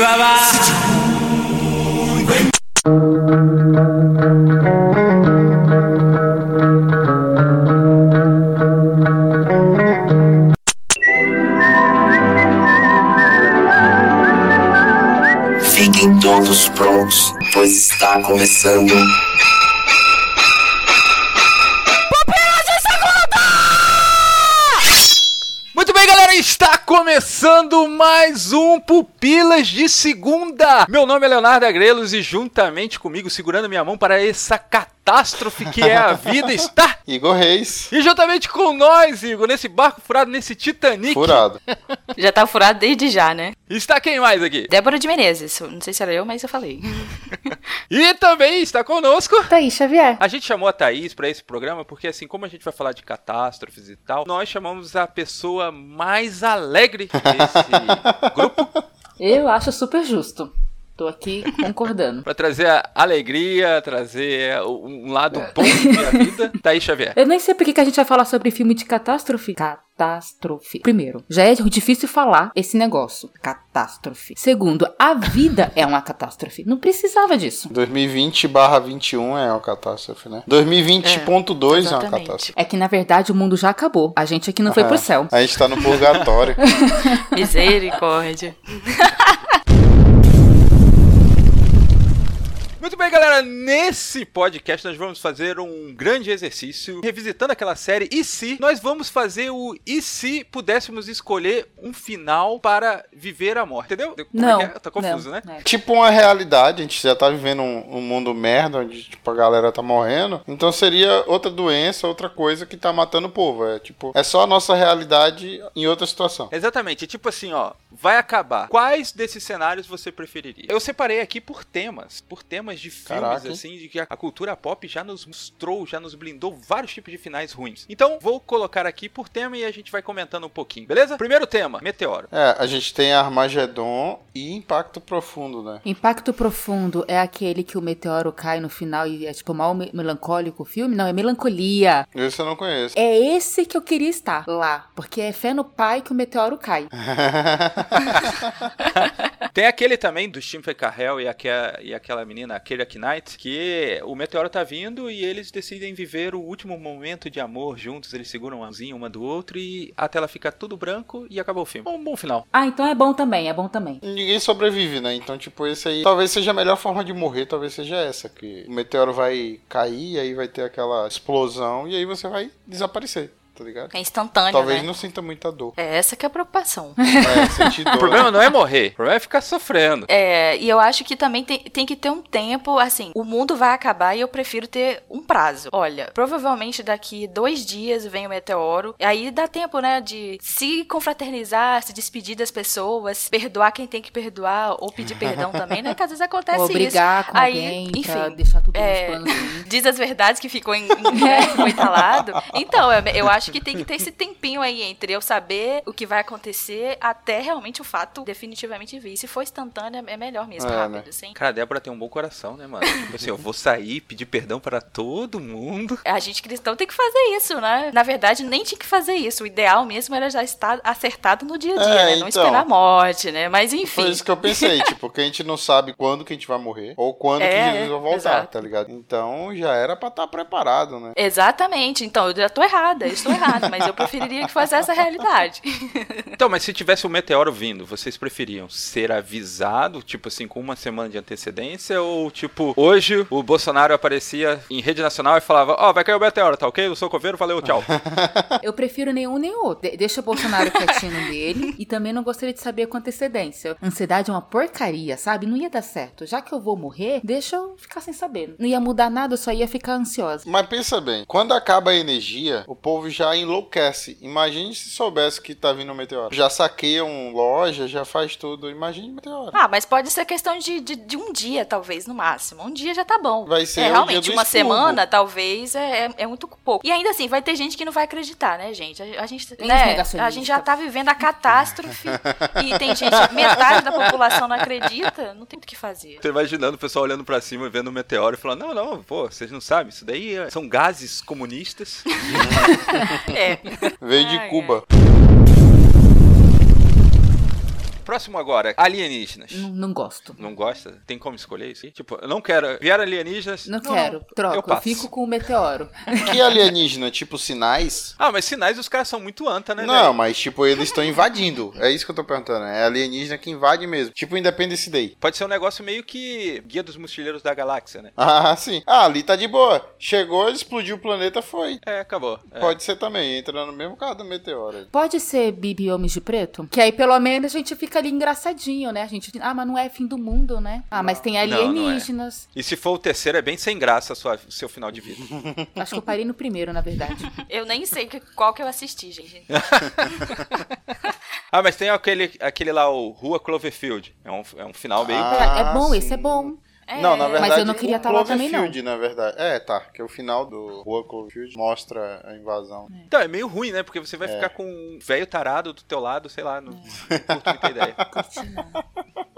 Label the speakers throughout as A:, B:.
A: Chihuahua.
B: Fiquem todos prontos, pois está começando.
C: Muito bem, galera, está começando mais um Pupilas de Segunda. Meu nome é Leonardo Agrelos e juntamente comigo, segurando minha mão para essa catástrofe que é a vida, está...
D: Igor Reis.
C: E juntamente com nós, Igor, nesse barco furado, nesse Titanic,
D: Furado.
E: Já tá furado desde já, né?
C: está quem mais aqui?
E: Débora de Menezes. Não sei se era eu, mas eu falei.
C: E também está conosco...
F: Thaís Xavier.
C: A gente chamou a Thaís para esse programa porque, assim, como a gente vai falar de catástrofes e tal, nós chamamos a pessoa mais alegre desse grupo
F: Eu acho super justo. Tô aqui concordando.
C: Pra trazer a alegria, trazer um um lado
F: É.
C: bom da vida. Thaís Xavier.
F: Eu nem sei por que que a gente vai falar sobre filme de catástrofe. Catástrofe. Primeiro, já é difícil falar esse negócio. Catástrofe. Segundo, a vida é uma catástrofe. Não precisava disso.
D: 2020 barra 21 é uma catástrofe, né? 2020.2 é, uma
E: exatamente.
D: catástrofe.
F: É que na verdade o mundo já acabou. A gente aqui não foi
D: É.
F: pro céu.
D: A gente tá no purgatório.
E: Misericórdia.
C: Muito bem, galera. Nesse podcast nós vamos fazer um grande exercício revisitando aquela série E se nós vamos fazer o E se pudéssemos escolher um final para viver a morte, entendeu? Como é que
F: Não.
C: é? Tá confuso,
F: não,
C: né?
F: é.
D: tipo uma realidade, a gente já tá vivendo um, um mundo merda, onde tipo, a galera tá morrendo. Então seria outra doença, outra coisa que tá matando o povo. É tipo, é só a nossa realidade em outra situação.
C: Exatamente, tipo assim, ó, vai acabar. Quais desses cenários você preferiria? Eu separei aqui por temas, por temas de filmes,
D: Caraca, hein?
C: assim, de que a a cultura pop já nos mostrou, já nos blindou vários tipos de finais ruins. Então, vou colocar aqui por tema e a gente vai comentando um pouquinho, beleza? Primeiro tema, meteoro.
D: É, a gente tem Armagedon e Impacto Profundo, né?
F: Impacto profundo é aquele que o meteoro cai no final e é tipo mal me- melancólico o filme? Não, é melancolia.
D: Isso eu não conheço.
F: É esse que eu queria estar lá, porque é fé no pai que o meteoro cai.
C: Tem aquele também do Stephen Carrell e, aque- e aquela menina, aquele Knight, que o meteoro tá vindo e eles decidem viver o último momento de amor juntos. Eles seguram a mãozinha uma do outro e a tela fica tudo branco e acabou o filme. Um bom final.
F: Ah, então é bom também, é bom também.
D: Ninguém sobrevive, né? Então, tipo, esse aí. Talvez seja a melhor forma de morrer, talvez seja essa. Que o meteoro vai cair, aí vai ter aquela explosão e aí você vai desaparecer, tá ligado?
E: É instantâneo,
D: Talvez
E: né?
D: não sinta muita dor.
E: É essa que é a preocupação.
D: É, sentir dor.
C: O problema não é morrer, o problema é ficar sofrendo.
E: É, e eu acho que também tem, tem que ter um tempo, assim, o mundo vai acabar e eu prefiro ter um prazo. Olha, provavelmente daqui dois dias vem o meteoro, e aí dá tempo, né, de se confraternizar, se despedir das pessoas, perdoar quem tem que perdoar, ou pedir perdão também, né, que às vezes
C: Então,
E: acontece
C: assim,
F: Ou brigar
E: isso.
F: com
E: aí,
F: alguém pra
E: enfim,
F: deixar tudo
E: é,
F: nos panos aí.
E: diz as verdades que ficou, em, em- né, ficou entalado. Então, eu, eu acho que tem que ter esse tempinho aí entre eu saber o que vai acontecer até realmente o fato definitivamente vir. Se for instantâneo, é melhor mesmo,
D: É,
E: rápido,
D: né?
E: assim.
C: Cara, a Débora tem um bom coração, né, mano? Tipo assim, eu vou sair, pedir perdão para todo mundo.
E: A gente cristão tem que fazer isso, né? Na verdade, nem tinha que fazer isso. O ideal mesmo era já estar acertado no dia a dia,
D: É,
E: né? Não
D: então.
E: esperar a morte, né? Mas
D: Foi
E: enfim.
D: isso que eu pensei, tipo, que a gente não sabe quando que a gente vai morrer ou quando
E: É,
D: que Jesus vai voltar,
E: exato.
D: tá ligado? Então já era pra estar preparado, né?
E: Exatamente, então eu já tô errada, eu estou errada, mas eu preferiria que fosse essa a realidade.
C: Então, mas se tivesse um meteoro vindo, vocês preferiam ser avisado, tipo assim, com uma semana de antecedência? Ou, tipo, hoje o Bolsonaro aparecia em rede nacional e falava: Ó, vai cair o meteoro, tá ok? Eu sou coveiro, valeu, tchau.
F: Eu prefiro nenhum nem outro. De- deixa o Bolsonaro quietinho dele. E também não gostaria de saber com antecedência. Ansiedade é uma porcaria, sabe? Não ia dar certo. Já que eu vou morrer, deixa eu ficar sem saber. Não ia mudar nada, eu só ia ficar ansiosa.
D: Mas pensa bem, quando acaba a energia, o povo já enlouquece. Imagine se soubesse que tá vindo um meteoro. Já saqueiam loja, já faz tudo. Imagine o meteoro.
E: Ah, mas pode ser questão de, de, de um dia, talvez, no máximo. Um dia já tá bom.
D: Vai ser
E: é,
D: o dia
E: realmente,
D: do
E: uma
D: expurgo.
E: semana, talvez, é, é- é muito pouco. E ainda assim, vai ter gente que não vai acreditar, né, gente? A, a gente,
F: Tem os
E: né,
F: negacionistas.
E: a gente já tá vivendo a catástrofe e tem gente, metade da população não acredita, não tem o que fazer.
C: Tô imaginando o pessoal olhando pra cima e vendo o meteoro e falando: Não, não, pô, vocês não sabem, isso daí é- são gases comunistas.
E: É.
D: Veio de
E: Ai,
D: Cuba.
C: Próximo agora, alienígenas.
F: Não, não gosto.
C: Não gosta? Tem como escolher isso? aí? Tipo, eu não quero. Vieram alienígenas?
F: Não, quero. Troco.
C: eu
F: Eu,
C: passo.
F: fico com o meteoro.
D: Que alienígena? Tipo sinais?
C: Ah, mas sinais os caras são muito anta, né?
D: Não,
C: velho?
D: mas tipo, eles estão invadindo. É isso que eu tô perguntando. É alienígena que invade mesmo. Tipo Independence Day.
C: Pode ser um negócio meio que Guia dos Mochileiros da Galáxia, né?
D: Ah, sim. Ah, ali tá de boa. Chegou, explodiu o planeta, foi.
C: É, acabou. É.
D: Pode ser também, entra no mesmo carro do meteoro.
F: Pode ser Bibi e Homens de Preto? Que aí pelo menos a gente fica ali engraçadinho, né? A gente. Ah, mas não é fim do mundo, né? Ah, mas tem
C: Não, não é.
F: alienígenas.
C: E se for o terceiro, é bem sem graça a sua, seu final de vida.
F: Acho que eu parei no primeiro, na verdade.
E: Eu nem sei que- qual que eu assisti, gente.
C: ah, mas tem aquele, aquele lá, o Rua Cloverfield. É um, é um final bem.
D: Ah,
F: é bom, esse
D: sim.
F: é bom.
E: É,
D: Não, na verdade,
F: eu não queria
D: o
F: tá lá também, não.
D: Cloverfield, na verdade. É, tá, que o final do Rua Cloverfield mostra a invasão.
C: Então, é meio ruim, né? Porque você vai ficar com um velho tarado do teu lado, sei lá, não, não curto muita ideia.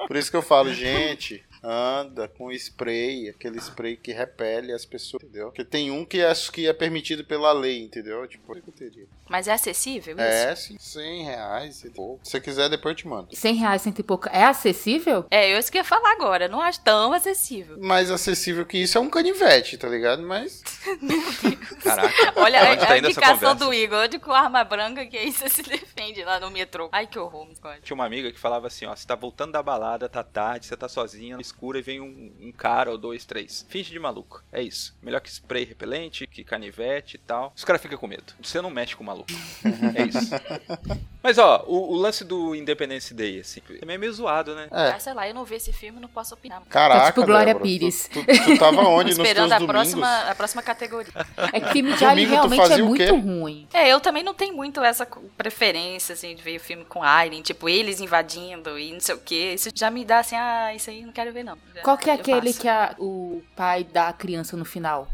D: Por isso que eu falo, gente, anda com spray, aquele spray que repele as pessoas, entendeu? Porque tem um que é, que é permitido pela lei, entendeu? Tipo, eu teria.
E: Mas é acessível isso?
D: É, sim, 100 reais. e pouco. Se você quiser, depois eu te mando.
F: 100 reais, cento e pouco. É acessível?
E: É, eu isso que ia falar agora. Não acho tão acessível.
D: Mais acessível que isso é um canivete, tá ligado? Mas
C: Caraca.
E: Olha
C: Onde
E: a,
C: tá
E: a
C: indo essa
E: indicação
C: conversa?
E: do Igor, onde com arma branca que aí você se defende lá no metrô. Ai, que horror, misericórdia.
C: Tinha uma amiga que falava assim, ó, você tá voltando da balada, tá tarde, você tá sozinha, escura e vem um, um cara ou dois, três. Finge de maluco. É isso. Melhor que spray repelente, que canivete e tal. Os caras ficam com medo. Você não mexe com o maluco. É isso. Mas ó, o, o lance do Independence Day, assim, é meio, meio zoado, né?
D: É.
E: Ah, sei lá, eu não vi esse filme, não posso opinar.
D: Caraca,
F: Tá tipo Glória
D: Débora, tu-
F: Pires.
D: Tu, tu tava onde nos teus
E: Esperando a
D: domingos?
E: próxima, a próxima categoria.
F: É que filme de alien
D: Domingo tu
F: realmente é
D: fazia o quê?
F: muito ruim.
E: É, eu também não tenho muito essa co- preferência, assim, de ver o filme com Alien, tipo, eles invadindo e não sei o quê. Isso já me dá assim, ah, isso aí eu não quero ver, não. Já-
F: Qual que é
E: eu
F: aquele
E: passo.
F: que a- o pai dá a criança no final?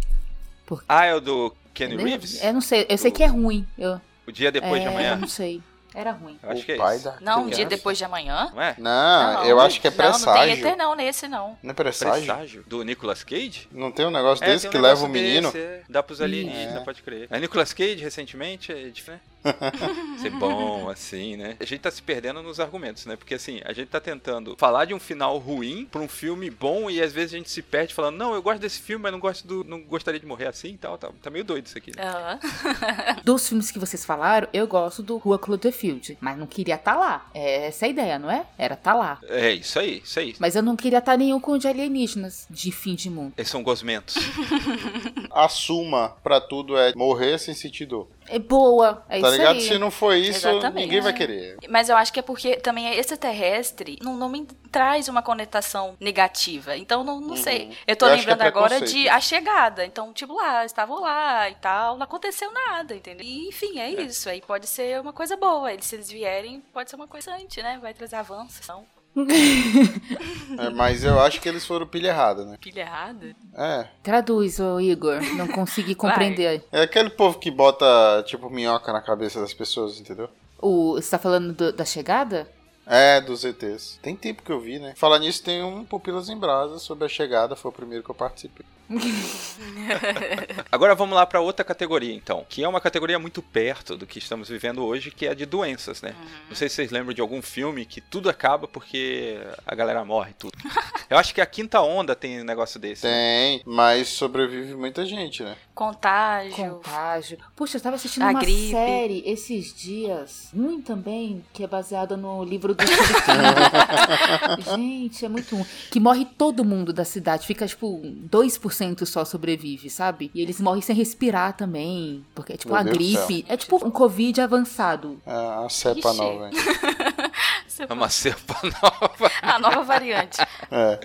C: Ah, é o do Kenny Reeves?
F: Eu não sei, eu sei que é ruim. Eu,
C: O dia depois
F: é,
C: de
F: eu
C: amanhã?
F: não sei. Era ruim.
C: Eu acho
D: O
C: que é
D: pai
C: isso.
D: da
E: Não, um
D: criança.
E: dia depois de amanhã?
C: Não é?
D: Não, eu acho que é
E: Não, não tem
D: presságio. Não,
E: Eternão nesse, não.
D: é presságio?
C: Presságio? Do Nicolas Cage?
D: Não tem um negócio desse
C: tem um
D: que leva o
C: negócio
D: menino?
C: desse, é. dá pros alienígenas, pode crer. É Nicolas Cage, recentemente, é diferente. Ser bom, assim, né? A gente tá se perdendo nos argumentos, né? Porque, assim, a gente tá tentando falar de um final ruim pra um filme bom e às vezes a gente se perde falando, não, eu gosto desse filme, mas não gosto do. não gostaria de morrer assim e tal, tal. Tá meio doido isso aqui, né?
E: Aham.
F: Dos filmes que vocês falaram, eu gosto do Rua Cloverfield, mas não queria estar lá. É essa a ideia, não é? Era estar lá.
C: É isso aí, isso aí.
F: Mas eu não queria estar nenhum com o de alienígenas, de fim de mundo.
C: Eles são gosmentos.
D: Assuma pra tudo é morrer sem sentir dor.
F: É boa, é
D: tá
F: isso
D: ligado?
F: aí.
D: Se não foi isso,
E: Exatamente.
D: ninguém vai querer.
E: Mas eu acho que é porque também é extraterrestre não, não me traz uma conotação negativa. Então, não, não
D: Uhum.
E: sei. Eu tô
D: Eu acho que é
E: lembrando agora de
D: preconceito.
E: A Chegada. Então, tipo, lá, estavam lá e tal. Não aconteceu nada, entendeu? E, enfim, é, isso. Aí pode ser uma coisa boa. Eles, se eles vierem, pode ser uma coisa interessante, né? Vai trazer avanços. Não,
D: É, mas eu acho que eles foram pilha errada, né?
E: pilha errada.
D: É.
F: Traduz, ô Igor. Não consegui compreender.
D: É aquele povo que bota, tipo, minhoca na cabeça das pessoas, entendeu?
F: O, você tá falando do- da chegada?
D: É, dos ETs. Tem tempo que eu vi, né? Falar nisso, tem um Pupilas em Brasa sobre a chegada, foi o primeiro que eu participei.
C: Agora vamos lá pra outra categoria, então, que é uma categoria muito perto do que estamos vivendo hoje, que é a de doenças, né? Não sei se vocês lembram de algum filme que tudo acaba porque a galera morre e tudo. Eu acho que a quinta onda tem um negócio desse. né?
D: Tem, mas sobrevive muita gente, né?
E: Contágio.
F: Contágio. Puxa, eu tava assistindo
E: A
F: uma
E: gripe.
F: série esses dias. Ruim também, que é baseada no livro do Stephen King. Gente, é muito ruim. Que morre todo mundo da cidade. Fica, tipo, 2% só sobrevive, sabe? E eles morrem sem respirar também. Porque é tipo
D: Meu
F: uma
D: Deus do
F: gripe. É tipo um Covid avançado.
D: É a cepa
E: Ixi.
D: nova, hein?
C: É uma cepa nova.
E: A nova variante.
D: É.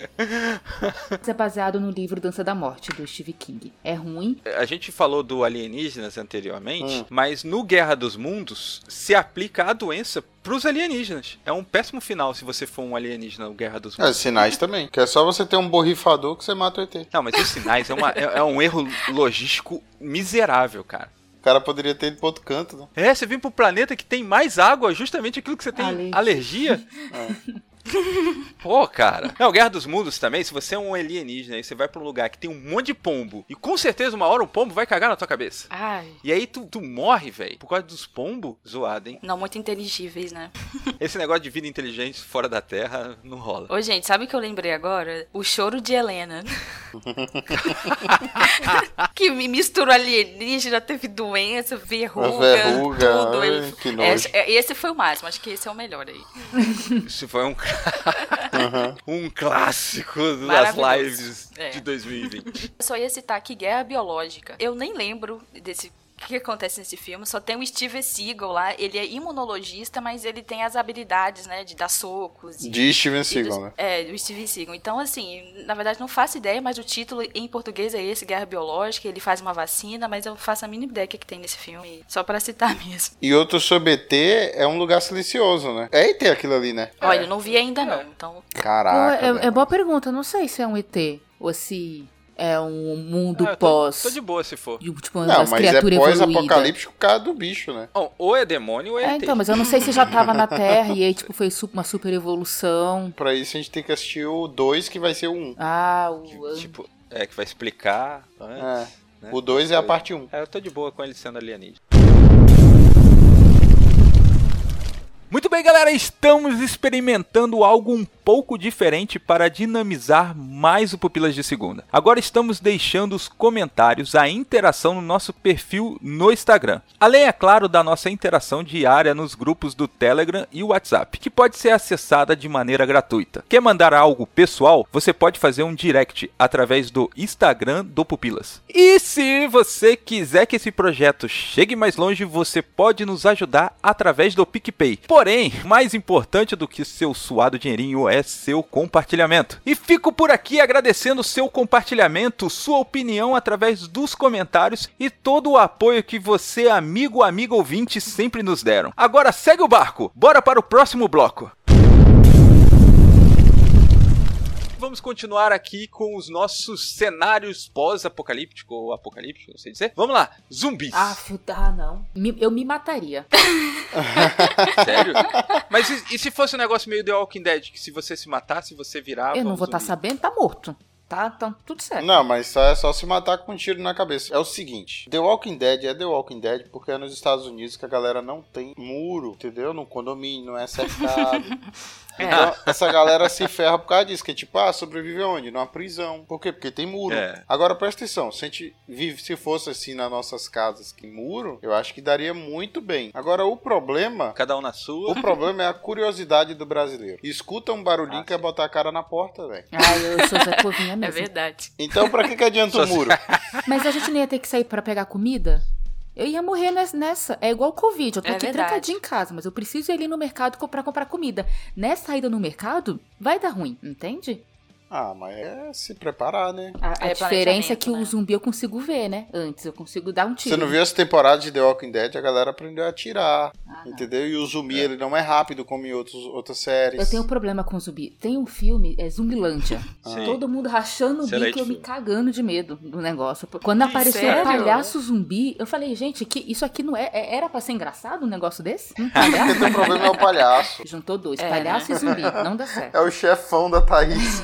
F: Isso é baseado no livro Dança da Morte, do Stephen King. É ruim.
C: A gente falou do alienígenas anteriormente,
D: Hum.
C: mas no Guerra dos Mundos se aplica a doença pros alienígenas. É um péssimo final se você for um alienígena no Guerra dos
D: É,
C: Mundos.
D: sinais também. Que é só você ter um borrifador que você mata o ET.
C: Não, mas os sinais é, uma- é- é um erro logístico miserável, cara.
D: O cara poderia ter ido pro outro canto, né?
C: É, você vem pro planeta que tem mais água, justamente aquilo que você tem
F: Alergia.
C: alergia. Pô, cara. É. Não, Guerra dos Mundos também, se você é um alienígena e você vai pra um lugar que tem um monte de pombo, e com certeza uma hora um pombo vai cagar na tua cabeça.
E: Ai.
C: E aí tu, tu morre, velho, por causa dos pombos, zoado, hein?
E: Não muito inteligíveis, né?
C: Esse negócio de vida inteligente fora da Terra não rola.
E: Ô, gente, sabe o que eu lembrei agora? O choro de Helena. que me misturou alienígena, teve doença, verruga,
D: verruga,
E: tudo.
D: ai,
E: Ele-
D: que
E: É,
D: nojo.
E: é, esse foi o máximo, acho que esse é o melhor aí.
C: Isso foi um, um clássico das
E: Maravilhoso.
C: lives
E: É.
C: de 2020.
E: Eu só ia citar aqui Guerra Biológica. Eu nem lembro desse. O que acontece nesse filme? Só tem o Steve Seagal lá. Ele é imunologista, mas ele tem as habilidades, né? De dar socos. e-
D: De Steven
E: e dos-
D: Seagal, né?
E: É, do Steven Seagal. Então, assim, na verdade não faço ideia, mas o título em português é esse, Guerra Biológica, ele faz uma vacina, mas eu faço a mínima ideia do que, que tem nesse filme, só pra citar mesmo.
D: E outro sobre ET é um lugar silencioso, né? É ET aquilo ali, né?
E: Olha, eu não vi ainda não,
C: É.
E: então...
D: Caraca.
F: Pô, é, é
D: velho.
F: boa pergunta. eu Não sei se é um ET ou se é um mundo
C: Ah, eu tô-
F: pós.
C: Tô de boa se for.
F: e, Tipo,
D: Não,
F: as
D: mas é
F: criaturas evoluídas.
D: pós-apocalíptico por causa do bicho, né?
C: Bom, ou é demônio ou é,
F: É,
C: ET.
F: então, mas eu não sei se já tava na Terra e aí, tipo, foi su- uma super evolução.
D: Pra isso a gente tem que assistir o 2, que vai ser o 1. Um.
F: Ah, o.
C: Tipo, é que vai explicar antes, né?
D: O 2 é a parte 1. Um.
C: É, eu tô de boa com ele sendo alienígena. Muito bem, galera, estamos experimentando algo um pouco diferente para dinamizar mais o Pupilas de Segunda. Agora estamos deixando os comentários, a interação no nosso perfil no Instagram. Além, é claro, da nossa interação diária nos grupos do Telegram e WhatsApp, que pode ser acessada de maneira gratuita. Quer mandar algo pessoal? Você pode fazer um direct através do Instagram do Pupilas. E se você quiser que esse projeto chegue mais longe, você pode nos ajudar através do PicPay. Porém, mais importante do que seu suado dinheirinho é seu compartilhamento. E fico por aqui agradecendo seu compartilhamento, sua opinião através dos comentários e todo o apoio que você, amigo, amiga ouvinte, sempre nos deram. Agora segue o barco, bora para o próximo bloco. Vamos continuar aqui com os nossos cenários pós-apocalíptico ou apocalíptico, não sei dizer. Vamos lá, zumbis.
F: Ah, fuda, ah, não. Me- eu me mataria.
C: Sério? Mas e, e se fosse um negócio meio The Walking Dead, que se você se matasse, você virava.
F: eu não
C: um
F: vou estar
C: zumbi?
F: sabendo, tá morto. Tá, tá tudo certo.
D: Não, mas só, é só se matar com um tiro na cabeça. É o seguinte: The Walking Dead é The Walking Dead porque é nos Estados Unidos que a galera não tem muro, entendeu? No condomínio, não é cercado. Então, essa galera se ferra por causa disso, que é tipo, ah, sobrevive onde? Numa prisão. Por quê? Porque tem muro.
C: É.
D: Agora, presta atenção, se a gente vive, se fosse assim nas nossas casas, que muro, eu acho que daria muito bem. Agora, o problema
C: Cada um na sua.
D: O problema é a curiosidade do brasileiro. Escuta um barulhinho
C: Ah,
D: que é botar a cara na porta, velho.
F: Ah, eu sou Zé Covinha
E: É
F: mesmo.
E: verdade.
D: Então, pra que, que adianta o
C: Só se-
D: muro?
F: Mas a gente não ia ter que sair pra pegar comida? Eu ia morrer nes- nessa. É igual o Covid. Eu tô
E: É
F: aqui
E: verdade.
F: trancadinha em casa, mas eu preciso ir ali no mercado co- pra comprar comida. Nessa ida no mercado, vai dar ruim, entende?
D: Ah, mas é se preparar, né?
F: A, a
E: É
F: diferença é
E: planejamento,
F: que o
E: né?
F: zumbi eu consigo ver, né? Antes, eu consigo dar um tiro.
D: Você não viu essa temporada de The Walking Dead? A galera aprendeu a atirar,
F: Ah, não.
D: entendeu? E o zumbi, ele não é rápido como em outros, outras séries.
F: Eu tenho um problema com zumbi. Tem um filme, é Zumbilândia.
D: Ah.
C: Sim.
F: Todo mundo rachando o
C: Excelente
F: bico e eu me
C: filme.
F: cagando de medo do negócio. Quando apareceu
E: sério?
F: o palhaço zumbi, eu falei, gente, que isso aqui não é. é- Era pra ser engraçado um negócio desse? Um palhaço?
D: Porque teu problema é o palhaço.
F: Juntou dois,
E: É,
F: palhaço e zumbi. Não dá certo.
D: É o chefão da Thaís.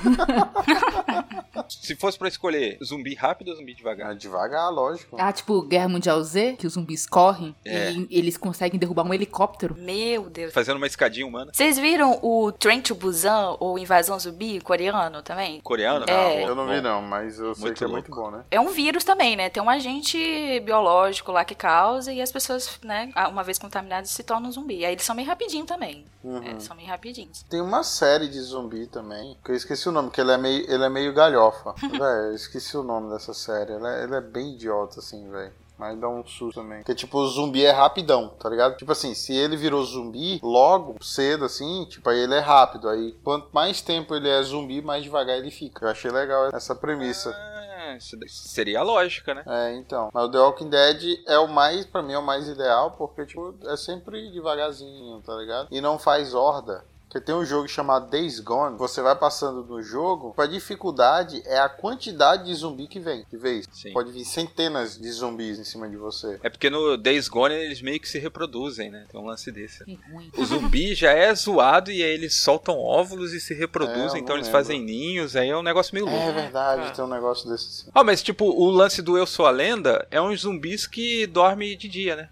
C: Se fosse pra escolher zumbi rápido ou zumbi devagar?
D: Ah, Devagar, lógico.
F: Ah, tipo Guerra Mundial Z, que os zumbis correm
C: É.
F: e eles conseguem derrubar um helicóptero.
E: Meu Deus.
C: Fazendo uma escadinha humana.
E: Vocês viram o Train to Busan, ou Invasão Zumbi, coreano também?
C: Coreano?
E: É.
D: Eu não vi não, mas eu sei
C: Muito
D: que é
C: louco.
D: muito bom, né?
E: É um vírus também, né? Tem um agente biológico lá que causa e as pessoas, né, uma vez contaminadas, se tornam zumbi. Aí eles são meio rapidinho também.
D: Uhum.
E: É, são meio rapidinhos.
D: Tem uma série de zumbi também, que eu esqueci o nome, que ele é meio, ele é meio galhofa. véi, eu esqueci o nome dessa série. Ele é, ele é bem idiota, assim, velho. Mas dá um susto também. Porque, tipo, o zumbi é rapidão, tá ligado? Tipo assim, se ele virou zumbi logo, cedo, assim, tipo, aí ele é rápido. Aí, quanto mais tempo ele é zumbi, mais devagar ele fica. Eu achei legal essa premissa.
C: Ah, isso daí seria a lógica, né?
D: É, então. Mas o The Walking Dead é o mais, pra mim, é o mais ideal, porque, tipo, é sempre devagarzinho, tá ligado? E não faz horda. Porque tem um jogo chamado Days Gone, você vai passando no jogo, a dificuldade é a quantidade de zumbi que vem, de vez.
C: Sim.
D: Pode vir centenas de zumbis em cima de você.
C: É porque no Days Gone eles meio que se reproduzem, né? Tem um lance desse.
F: Que ruim.
C: O zumbi já é zoado e aí eles soltam óvulos e se reproduzem,
D: É, eu
C: então
D: não
C: eles
D: lembro.
C: fazem ninhos, aí é um negócio meio louco.
D: É verdade, tem um negócio desse sim.
C: Ah, mas tipo, o lance do Eu Sou a Lenda é uns zumbis que dorme de dia, né?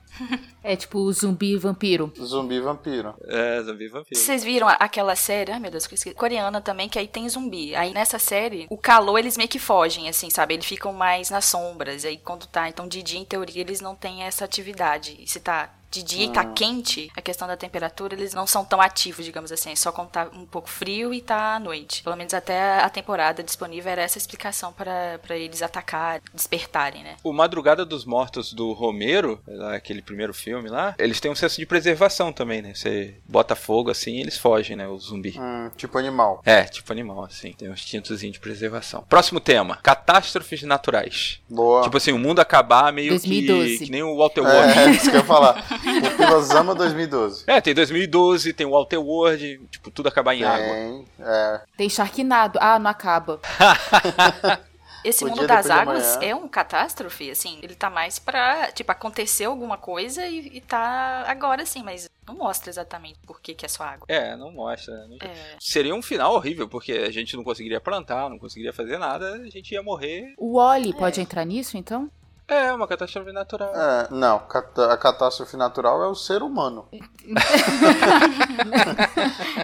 F: É tipo o zumbi vampiro.
D: Zumbi vampiro.
C: É, zumbi vampiro.
E: Vocês viram a- aquela série, ai meu Deus, que eu esqueci, coreana também, que aí tem zumbi. Aí nessa série, o calor eles meio que fogem, assim, sabe? Eles ficam mais nas sombras. Aí quando tá, então de dia, em teoria, eles não têm essa atividade. E se tá de dia e tá quente, a questão da temperatura, eles não são tão ativos, digamos assim. É só quando tá um pouco frio e tá à noite. Pelo menos até a temporada disponível era essa explicação para pra eles atacar, despertarem, né?
C: O Madrugada dos Mortos do Romero, lá, aquele primeiro filme lá, eles têm um senso de preservação também, né? Você bota fogo assim e eles fogem, né? O zumbi.
D: Hum, tipo animal.
C: É, tipo animal, assim. Tem um instintozinho de preservação. Próximo tema: catástrofes naturais.
D: Boa.
C: Tipo assim, o mundo acabar meio
F: 2012.
C: que. Que nem o Walter World.
D: é, é isso que eu ia falar. O Pilosama 2012.
C: É, tem 2012, tem o Walter World, tipo, tudo acabar em água.
D: Tem, é.
F: Tem Sharknado. Ah, não acaba.
E: Esse
D: O
E: mundo
D: dia
E: das
D: depois de
E: águas
D: amanhã.
E: é um catástrofe, assim. Ele tá mais pra, tipo, acontecer alguma coisa e, e tá agora, assim, mas não mostra exatamente por que, que é só água.
C: É, não mostra. né?
E: É.
C: Seria um final horrível, porque a gente não conseguiria plantar, não conseguiria fazer nada, a gente ia morrer.
F: O Wally pode entrar nisso, então?
C: É, uma catástrofe natural.
D: É, não, cata- a catástrofe natural é o ser humano.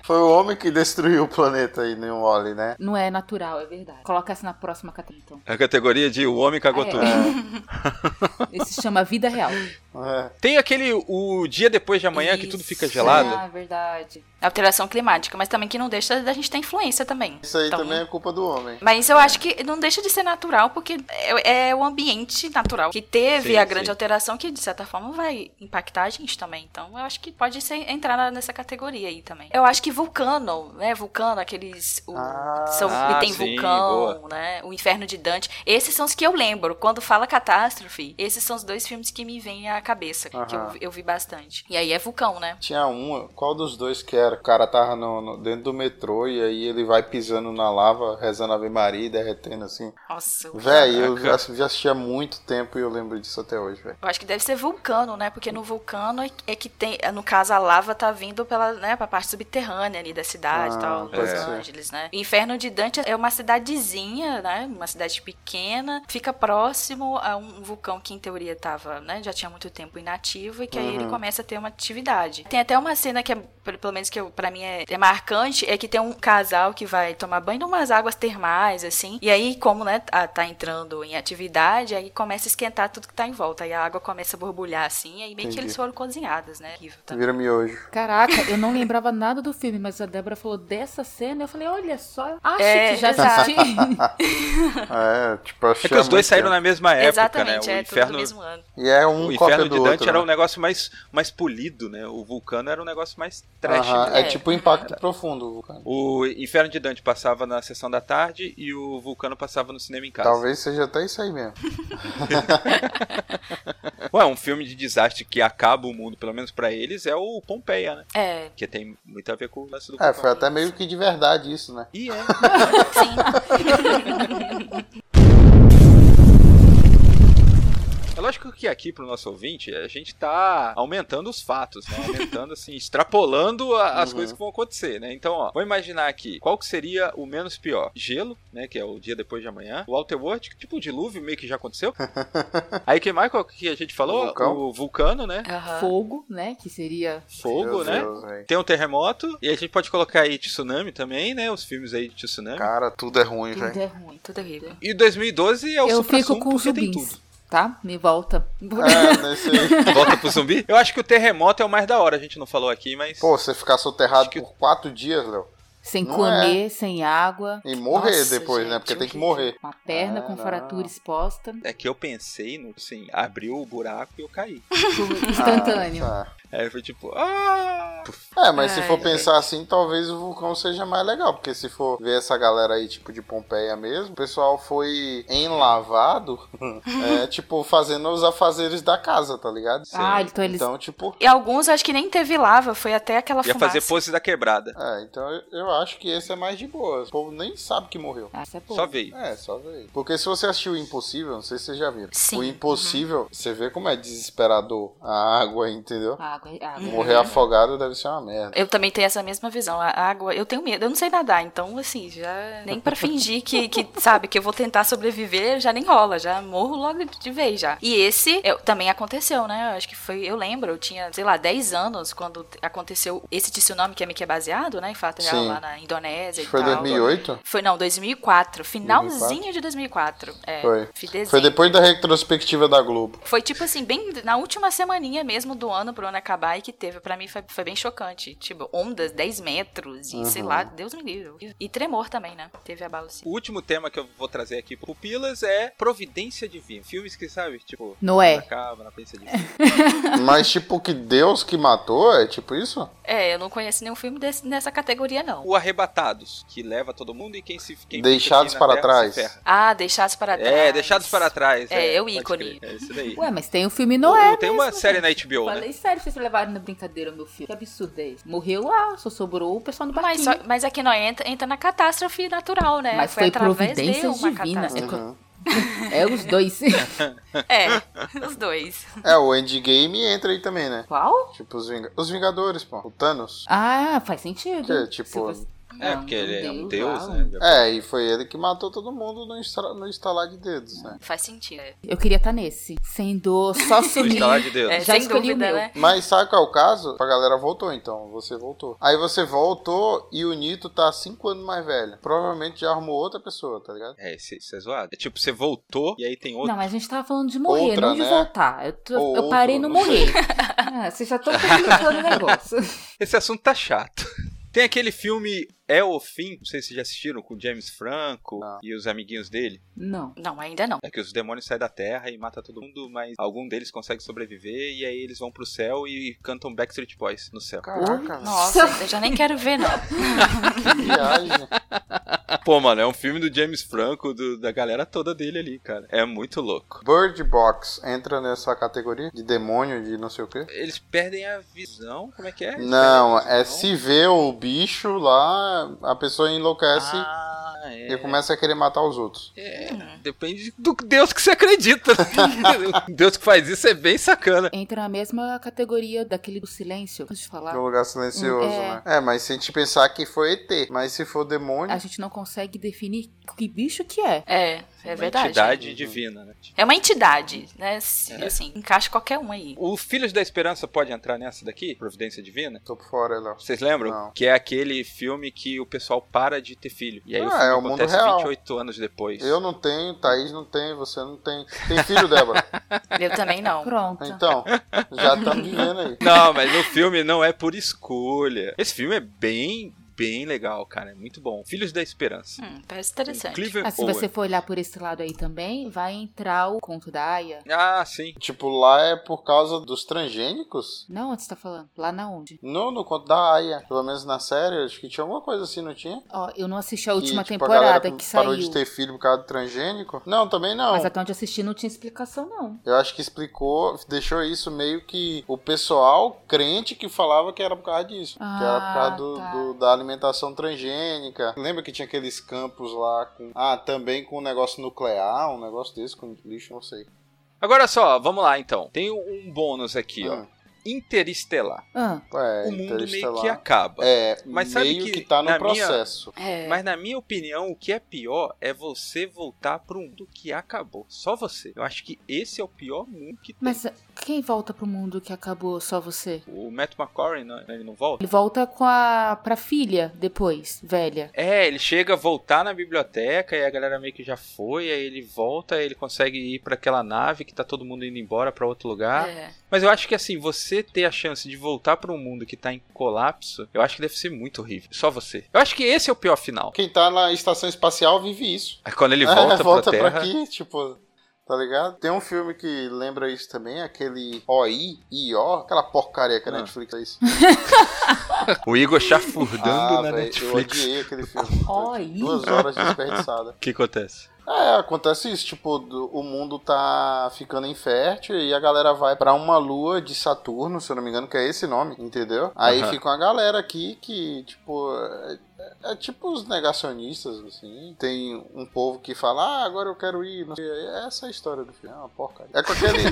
D: Foi o homem que destruiu o planeta aí no Wally, né?
F: Não é natural, é verdade. Coloca essa na próxima categoria, então.
C: É A categoria de o homem cagou
F: Ah, é.
C: tudo.
F: Esse se chama Vida Real.
D: É.
C: Tem aquele o dia depois de amanhã que tudo fica gelado. É
F: Ah, verdade.
E: Alteração climática, mas também que não deixa da gente ter influência também.
D: Isso aí
E: Então,
D: também é culpa do homem.
E: Mas eu acho que não deixa de ser natural, porque é, é o ambiente natural que teve
C: Sim,
E: a grande
C: sim.
E: alteração que, de certa forma, vai impactar a gente também. Então, eu acho que pode ser, entrar na- nessa categoria aí também. Eu acho que vulcano, né? Vulcano, aqueles. O,
D: Ah,
E: são,
C: ah,
E: tem
C: sim,
E: vulcão, né? O Inferno de Dante. Esses são os que eu lembro. Quando fala catástrofe, esses são os dois filmes que me vêm à cabeça, que eu,
D: Aham.
E: eu vi bastante. E aí é vulcão, né?
D: Tinha um, qual dos dois que era? O cara tava no, no- dentro do metrô e aí ele vai pisando na lava, rezando Ave Maria e derretendo assim.
E: Nossa, o-
D: Véi, eu
C: Caraca.
D: já, já assisti há muito tempo e eu lembro disso até hoje, velho.
E: Eu acho que deve ser vulcano, né? Porque no vulcano é é que tem, no caso a lava tá vindo pela, né, pra parte subterrânea ali da cidade, e
D: Ah,
E: tal,
D: pode
E: Los
D: ser.
E: Angeles, né? O Inferno de Dante é uma cidadezinha, né? Uma cidade pequena, fica próximo a um vulcão que em teoria tava, né, já tinha muito tempo inativo e que aí ele
D: Uhum.
E: começa a ter uma atividade. Tem até uma cena que é, pelo pelo menos que eu, pra mim é, é marcante, é que tem um casal que vai tomar banho numas águas termais, assim, e aí como, né, tá, tá entrando em atividade, aí começa a esquentar tudo que tá em volta, aí a água começa a borbulhar, assim, e aí meio que
D: Entendi.
E: eles foram cozinhados, né, Riva,
C: É,
E: tá?
D: Vira miojo.
F: Caraca, eu não lembrava nada do filme, mas a Débora falou dessa cena. Eu falei, olha só, eu acho
E: É,
F: que já
E: exato.
F: assisti.
D: É, tipo,
C: É que os dois saíram na mesma época,
E: Exatamente,
C: né? O
E: é tudo
C: inferno,
E: do mesmo ano.
D: E é um
C: o
D: cópia
C: inferno
D: do
C: de Dante
D: outro.
C: era
D: né?
C: um negócio mais, mais polido, né? O vulcano era um negócio mais trash.
D: Aham,
C: mesmo.
D: é,
E: né?
D: tipo impacto profundo, cara.
C: O inferno de Dante passava na sessão da tarde e o vulcano passava no cinema em casa.
D: Talvez seja até isso aí mesmo.
C: Ué, um filme de desastre que acaba o mundo, pelo menos pra eles, é o Pompeia, né?
E: É,
C: Que tem muito a ver com o lance do
D: É,
C: vulcão.
D: foi até meio que de verdade isso, né?
C: E é. É lógico que aqui pro nosso ouvinte a gente tá aumentando os fatos, né? Aumentando assim, extrapolando a- as
D: Uhum.
C: coisas que vão acontecer, né? Então, ó, vou imaginar aqui qual que seria o menos pior. Gelo, né? Que é o dia depois de amanhã. O Walter World, que tipo o dilúvio meio que já aconteceu. Aí que mais qual que a gente falou?
D: Vulcão.
C: O vulcano, né?
E: É, aham.
F: Fogo, né? Que seria.
C: Fogo,
D: Meu
C: né?
D: Deus, velho.
C: Tem um terremoto, e a gente pode colocar aí tsunami também, né? Os filmes aí de tsunami.
D: Cara, tudo é ruim,
F: Tudo
D: velho.
F: é ruim.
E: tudo horrível.
C: E 2012 é o
F: Eu
C: supra-sumo,
F: fico com os
C: porque tem tudo.
F: zumbis, tá? Me volta.
D: É, nesse aí.
C: Volta pro zumbi? Eu acho que o terremoto é o mais da hora, a gente não falou aqui, mas.
D: Pô, você ficar soterrado
C: Acho que-
D: por quatro dias, Léo.
F: Sem
D: Não é.
F: comer, sem água.
D: E morrer
E: Nossa,
D: depois, né?
E: gente,
D: Porque tem que
E: horrível.
D: morrer.
F: Com a perna com
D: Ah, não.
F: fratura exposta.
C: É que eu pensei no, assim, abriu o buraco e eu caí.
F: Instantâneo.
D: Ah, tá.
C: Aí foi tipo, ah!
D: É, mas se
E: Ai,
D: for
E: gente.
D: pensar assim, talvez o vulcão seja mais legal. Porque se for ver essa galera aí, tipo, de Pompeia mesmo, o pessoal foi enlavado, é, tipo, fazendo os afazeres da casa, tá ligado?
F: Ah, então eles-
D: Então, tipo...
E: E alguns acho que nem teve lava, foi até aquela
C: Ia
E: fumaça.
C: fazer pose da quebrada.
D: É, então eu- eu acho que esse é mais de boa. O povo nem sabe que morreu.
F: Ah, isso é bom.
C: Só veio.
D: É, só ver. Porque se você assistiu o Impossível, não sei se vocês já viram.
E: Sim.
D: O Impossível, você vê como é desesperador a água, entendeu?
F: Água, água.
D: Morrer afogado deve ser uma merda.
E: Eu também tenho essa mesma visão. A água, eu tenho medo, eu não sei nadar, então assim, já nem pra fingir que, que, sabe, que eu vou tentar sobreviver, já nem rola, já morro logo de vez já. E esse eu- também aconteceu, né? Eu acho que foi, eu lembro, eu tinha, sei lá, 10 anos quando t- aconteceu esse tsunami que é meio que é baseado, né, em fato real
D: Sim.
E: lá na Indonésia
D: Foi
E: e tal.
D: 2008?
E: Foi não, 2004, finalzinho de 2004. É,
D: Foi.
E: fi- dezembro.
D: Foi depois da retrospectiva da Globo.
E: Foi tipo assim, bem na última semaninha mesmo do ano pro ano acabar e que teve. Pra mim foi, foi bem chocante. Tipo, ondas, 10 metros e sei lá, Deus me livre. E, e tremor também, né? Teve abalo sim.
C: O último tema que eu vou trazer aqui pro Pupilas é Providência Divina. Filmes que, sabe, tipo...
F: Noé.
C: Na cava, na Providência Divina.
D: Mas, tipo, que Deus que matou, é tipo isso?
E: É, eu não conheço nenhum filme desse- nessa categoria, não.
C: O Arrebatados, que leva todo mundo e quem se... Quem fica
D: Deixados
C: aqui na
D: para
C: terra
D: trás.
C: se ferra.
E: Ah, Deixados para Trás.
C: É, Deixados para Trás.
E: É, eu
C: pode
E: ícone.
C: crer. É isso daí.
F: Ué, mas tem o filme Noé.
C: Tem uma
F: é mesmo,
C: série na
F: gente.
C: HBO, né?
F: Falei sério, vocês levaram na brincadeira meu filho. Que absurdo é esse? Morreu lá, só sobrou o pessoal do
E: Mas,
F: barquinho.
E: só- mas aqui não entra, entra na catástrofe natural, né?
F: Mas foi providência divina.
E: catástrofe.
D: Uhum.
F: É os dois.
E: É, os dois.
D: É, o Endgame entra aí também, né?
F: Qual?
D: Tipo, os, Ving- os Vingadores, pô. O Thanos.
F: Ah, faz sentido.
D: Que, tipo,
F: Se você-
C: É,
F: Não,
C: porque ele é um
F: deus,
C: deus,
F: lá,
C: né?
D: É, e foi ele que matou todo mundo no, estra- no estalar de dedos, né?
E: Faz sentido. É,
F: Eu queria estar nesse. Sem dor, só
C: Do
F: sumir.
C: estalar de Deus.
E: É,
F: Já
E: sem
F: escolhi o
E: dúvida,
F: meu.
E: né?
D: Mas sabe qual é o caso? A galera voltou, então. Você voltou. Aí você voltou e o Nito tá 5 anos mais velho. Provavelmente já arrumou outra pessoa, tá ligado?
C: É, isso isso é zoado. É tipo, você voltou e aí tem outro.
F: Não, mas a gente tava falando de morrer,
D: Outra,
F: não de
D: né?
F: voltar. Eu, tô-
D: Ou
F: eu parei
D: outro,
F: no
D: não sei.
F: morrer. ah, vocês já estão complicando o negócio.
C: Esse assunto tá chato. Tem aquele filme É o Fim, não sei se vocês já assistiram, com o James Franco e os amiguinhos dele.
F: Não.
E: Não, ainda não.
C: É que os demônios saem da terra e matam todo mundo, mas algum deles consegue sobreviver e aí eles vão pro céu e cantam Backstreet Boys no céu.
D: Caraca, velho.
E: Nossa, eu já nem quero ver, não.
D: que viagem.
C: Pô, mano, é um filme do James Franco, do- da galera toda dele ali, cara. É muito louco.
D: Bird Box entra nessa categoria de demônio, de não sei o quê?
C: Eles perdem a visão, como é que é? Eles
D: Não,
C: perdem a
D: é
C: visão.
D: se vê o bicho lá, a pessoa enlouquece
C: Ah, é.
D: e começa a querer matar os outros.
C: É, depende do Deus que você acredita. O Deus que faz isso é bem sacana.
F: Entra na mesma categoria daquele do silêncio. Antes de
D: Que
C: Tá.
F: falar,
D: é um lugar silencioso,
F: É.
D: né? É, mas se a gente pensar que foi ET, mas se for demônio,
F: a gente não consegue definir que bicho que é.
E: É, é
C: Uma
E: verdade.
C: entidade
D: Uhum.
C: divina, né?
E: É uma entidade, né? Se-
D: É.
E: Assim, encaixa qualquer um aí.
C: O Filhos da Esperança pode entrar nessa daqui, Providência Divina?
D: tô por fora, Léo.
C: Vocês lembram?
D: Não.
C: Que é aquele filme que o pessoal para de ter filho. E aí o
D: Ah,
C: filme
D: é o mundo
C: acontece
D: real.
C: 28 anos depois.
D: Eu não tenho, Thaís não tem, você não tem. Tem filho, Débora?
E: Eu também não.
F: Pronto.
D: Então, já tá vivendo aí.
C: Não, mas o filme não é por escolha. Esse filme é bem, bem legal, cara. É muito bom. Filhos da Esperança.
E: Hum, parece interessante.
C: Cleveland
F: Ah, se
C: Owen.
D: é.
F: você for olhar por esse lado aí também, vai entrar o conto da Aya.
C: Ah, sim.
D: Tipo, lá é por causa dos transgênicos?
F: Não, onde você tá falando? Lá na onde?
D: No, no conto da Aya, pelo menos na série, acho que tinha alguma coisa assim, não tinha?
F: Ó, eu não assisti a última
D: que, tipo, a galera
F: temporada que
D: parou
F: saiu.
D: de ter filho por causa do transgênico? Não, também não.
F: Mas até onde eu assisti não tinha explicação, não.
D: Eu acho que explicou, deixou isso meio que o pessoal crente que falava que era por causa disso. que era por
F: Ah,
D: causa do,
F: tá.
D: do- da alimentação transgênica. Lembra que tinha aqueles campos lá com. Ah, também com um negócio nuclear, um negócio desse, com lixo, não sei.
C: Agora só, vamos lá então. Tem um bônus aqui, ó.
D: Hum.
C: Interestelar.
F: Ah,
D: É,
C: o mundo meio
D: Interestelar.
C: que acaba.
D: É,
C: Mas sabe
D: meio
C: que
D: que, tá
C: na minha-
D: no processo.
E: É.
C: Mas na minha opinião, o que é pior é você voltar pro mundo que acabou. Só você. Eu acho que esse é o pior mundo que tem.
F: mas quem volta pro mundo que acabou só você?
C: O Matt McCorry, né, ele não volta?
F: Ele volta com a pra filha depois, velha.
C: É, ele chega a voltar na biblioteca e a galera meio que já foi, aí ele volta, aí ele consegue ir pra aquela nave que tá todo mundo indo embora pra outro lugar.
E: É.
C: Mas eu acho que assim, você ter a chance de voltar pra um mundo que tá em colapso, eu acho que deve ser muito horrível. Só você. Eu acho que esse é o pior final.
D: Quem tá na estação espacial vive isso.
C: Aí quando ele
D: É,
C: volta,
D: volta
C: pra
D: pra
C: Terra,
D: aqui, tipo. Tá ligado? Tem um filme que lembra isso também, aquele OI, IO, aquela porcaria que a
C: Ah.
D: Netflix fez.
C: O Igor chafurdando
D: Ah,
C: na
D: véi, Eu
C: Netflix.
D: odiei aquele filme.
F: OI?
D: Duas horas desperdiçadas.
C: O que acontece?
D: É, acontece isso, tipo, do- o mundo tá ficando infértil e a galera vai pra uma lua de Saturno, se eu não me engano, que é esse nome, entendeu? Aí
C: Aham.
D: fica uma galera aqui que, tipo, é, é tipo os negacionistas, assim. Tem um povo que fala, ah, agora eu quero ir, não sei. Essa é a história do filme, é uma porcaria. É com aquele,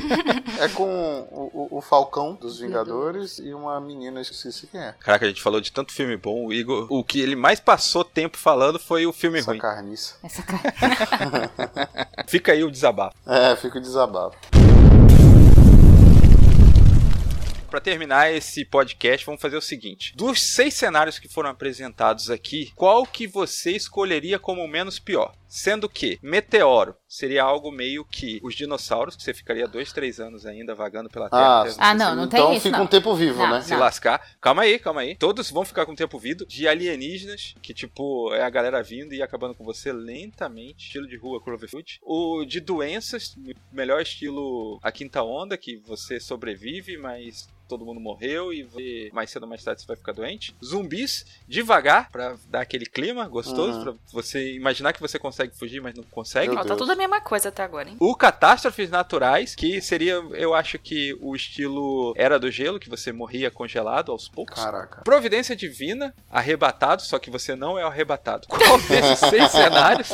D: é com o, o- o Falcão dos Vingadores e uma menina, eu esqueci quem é.
C: Caraca, a gente falou de tanto filme bom. O Igor, o que ele mais passou tempo falando foi o filme
D: Essa
C: ruim.
D: carniça.
F: Essa cara.
C: Fica aí o desabafo.
D: É, fica o desabafo.
C: Pra terminar esse podcast, vamos fazer o seguinte: dos seis cenários que foram apresentados aqui, qual que você escolheria como o menos pior? Sendo que meteoro seria algo meio que os dinossauros, que você ficaria dois, três anos ainda vagando pela Terra.
D: Ah,
C: até
F: Ah, não, não tem
D: então
F: isso,
D: fica
F: não.
D: um tempo vivo,
F: Não,
D: né?
C: se lascar. Calma aí, calma aí. Todos vão ficar com tempo vindo de alienígenas, que tipo, é a galera vindo e acabando com você lentamente, estilo de rua Cloverfield. O de doenças, melhor estilo a quinta onda, que você sobrevive, mas todo mundo morreu e você- mais cedo ou mais tarde você vai ficar doente. Zumbis, devagar, pra dar aquele clima gostoso,
D: Uhum.
C: pra você imaginar que você consegue fugir, mas não consegue.
D: Meu
E: Ó, tá
D: Deus.
E: tudo a mesma coisa até agora, hein?
C: O Catástrofes Naturais, que seria, eu acho que o estilo Era do Gelo, que você morria congelado aos poucos.
D: Caraca.
C: Providência Divina, arrebatado, só que você não é o arrebatado. Qual desses seis cenários?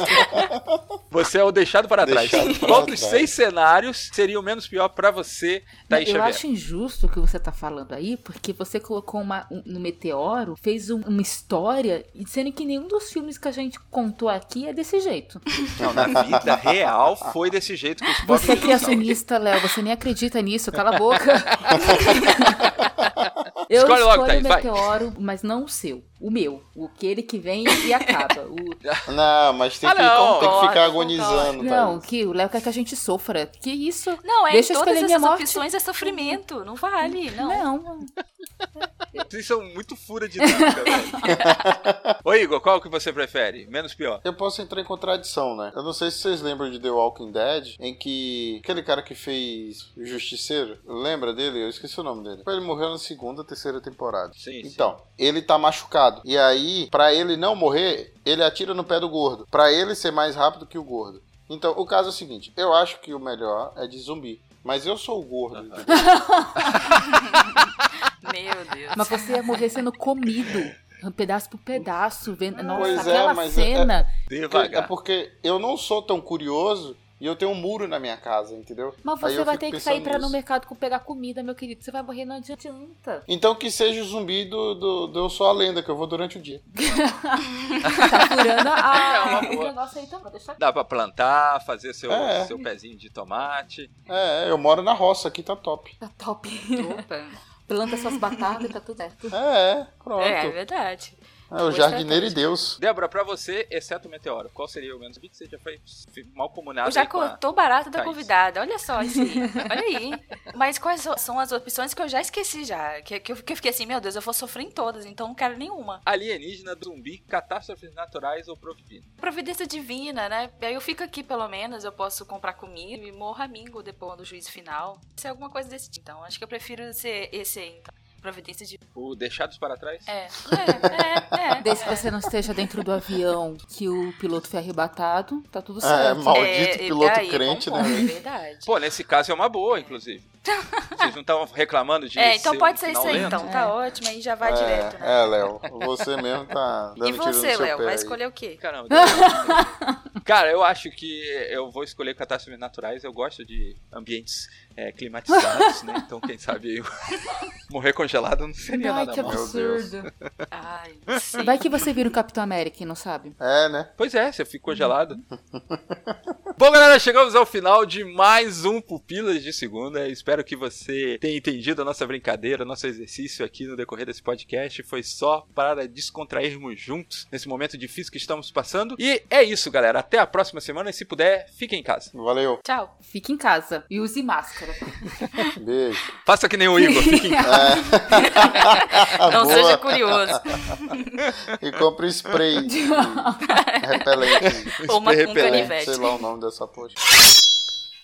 C: Você é o deixado para trás.
D: Deixado para
C: Qual dos
D: trás.
C: seis cenários seria o menos pior para você,
D: Tá
C: Thaís
F: eu
C: Xavier?
F: acho injusto o que você tá falando aí, porque você colocou uma, um, no meteoro, fez um- uma história, e sendo que nenhum dos filmes que a gente contou aqui é desse jeito.
C: Não, na vida real foi desse jeito que os pobres
F: Você é
C: dinossauros-
F: criacionista, Léo, você nem acredita nisso, cala a boca. eu
C: Escolhe logo,
D: tá
F: escolho
C: Thaís,
F: o
C: vai.
F: meteoro, mas não o seu, o meu, o aquele que vem e acaba. O
D: Não, tá mas tem,
C: Ah,
D: que,
C: não,
D: tem que
E: concordo,
D: ficar agonizando,
F: Não,
D: tá?
F: que o Léo quer que a gente sofra. Que isso?
E: Não, é
F: Deixa
E: em
F: eu
E: todas
F: escolher minha
E: essas
F: morte. Né?
E: opções é sofrimento. Não vale, não.
F: Não.
C: Vocês são muito fura de nada, velho. Ô Igor, qual que você prefere? Menos pior.
D: Eu posso entrar em contradição, né? Eu não sei se vocês lembram de The Walking Dead, em que aquele cara que fez o Justiceiro, lembra dele? Eu esqueci o nome dele. Ele morreu na segunda, terceira temporada.
C: Sim, sim.
D: Então, ele tá machucado. E aí, pra ele não morrer, ele atira no pé do gordo. Pra ele ser mais rápido que o gordo. Então, o caso é o seguinte: eu acho que o melhor é de zumbi. Mas eu sou o gordo. entendeu?
E: Meu Deus.
F: Mas você ia morrer sendo comido. Um pedaço por pedaço, vendo. Nossa,
D: Pois é,
F: aquela
D: mas é-
F: cena.
D: É
C: Devagar.
D: porque eu não sou tão curioso e eu tenho um muro na minha casa, entendeu?
F: Mas
D: Aí
F: você
D: eu
F: vai
D: fico
F: ter que
D: pensando
F: sair pra ir no
D: nisso.
F: mercado com- pegar comida, meu querido. Você vai morrer, não adianta.
D: Então que seja o zumbi do, do, do Eu Sou a Lenda, que eu vou durante o dia.
F: Tá furando
C: É
F: a.
C: uma
F: o
C: boa.
F: negócio aí também. Vou deixar aqui.
C: Dá pra plantar, fazer seu,
D: É.
C: seu pezinho de tomate.
D: É, eu moro na roça, aqui tá top.
F: Tá top.
E: Opa.
F: Planta suas batatas, tá tudo certo.
D: É, é, pronto.
E: É, é
D: É,
E: verdade.
D: o jardineiro e Deus.
C: Débora, pra você, exceto o meteoro, qual seria o menos pior? Você já foi mal comunado.
E: Eu já
C: aí com a-
E: cortou barato da
D: Tá
C: Thaís.
E: convidada. Olha só isso aí. Olha aí. hein? Mas quais so- são as opções que eu já esqueci já? Que, que eu que eu fiquei assim, meu Deus, eu vou sofrer em todas, então não quero nenhuma.
C: alienígena, zumbi, catástrofes naturais ou provina.
E: Providência divina, né? Aí eu fico aqui pelo menos, eu posso comprar comida e morro amigo depois do juízo final. Se é alguma coisa desse tipo. Então, acho que eu prefiro ser esse aí, então. Providência divina.
C: O deixados para trás?
E: É, é, é. é.
F: Desde que você não esteja dentro do avião que o piloto foi arrebatado, tá tudo
D: É,
F: certo.
D: maldito
E: É, e
D: piloto
E: daí,
D: crente,
E: bom
D: né?
E: ponto,
D: velho?
E: verdade.
C: Pô, nesse caso é uma boa, inclusive. Vocês não estavam reclamando de.
E: É, então
C: ser um
E: pode ser
C: final
E: isso aí,
C: lento?
E: então. Tá ótimo, aí já vai direto, né?
D: É, é, Léo, você mesmo tá dando
E: E você,
D: tiro no seu
E: Léo,
D: pé
E: vai
D: aí.
E: escolher o quê?
C: Caramba. Deus. Cara, eu acho que eu vou escolher catástrofes naturais. Eu gosto de ambientes é, climatizados, né? Então, quem sabe eu morrer congelado não seria
E: é
F: Ai,
C: nada
F: que
C: mal.
D: Meu Deus.
F: absurdo.
E: Ai, não sei.
F: Vai que você vira o Capitão América e não sabe.
D: É, né?
C: Pois é, você ficou gelado. Bom, galera, chegamos ao final de mais um Pupilas de Segunda. Espero que você tenha entendido a nossa brincadeira, nosso exercício aqui no decorrer desse podcast. Foi só para descontrairmos juntos nesse momento difícil que estamos passando. E é isso, galera. Até a próxima semana e, se puder, fique em casa.
D: Valeu,
E: Tchau.
F: Fique em casa e use máscara.
D: beijo.
C: Faça que nem o Igor, fique em casa.
E: Não
D: Ah, Boa.
E: seja curioso.
D: E compra spray. de repelente.
E: Ou uma, um
C: repelente,
E: canivete.
D: Sei lá o nome dessa poxa.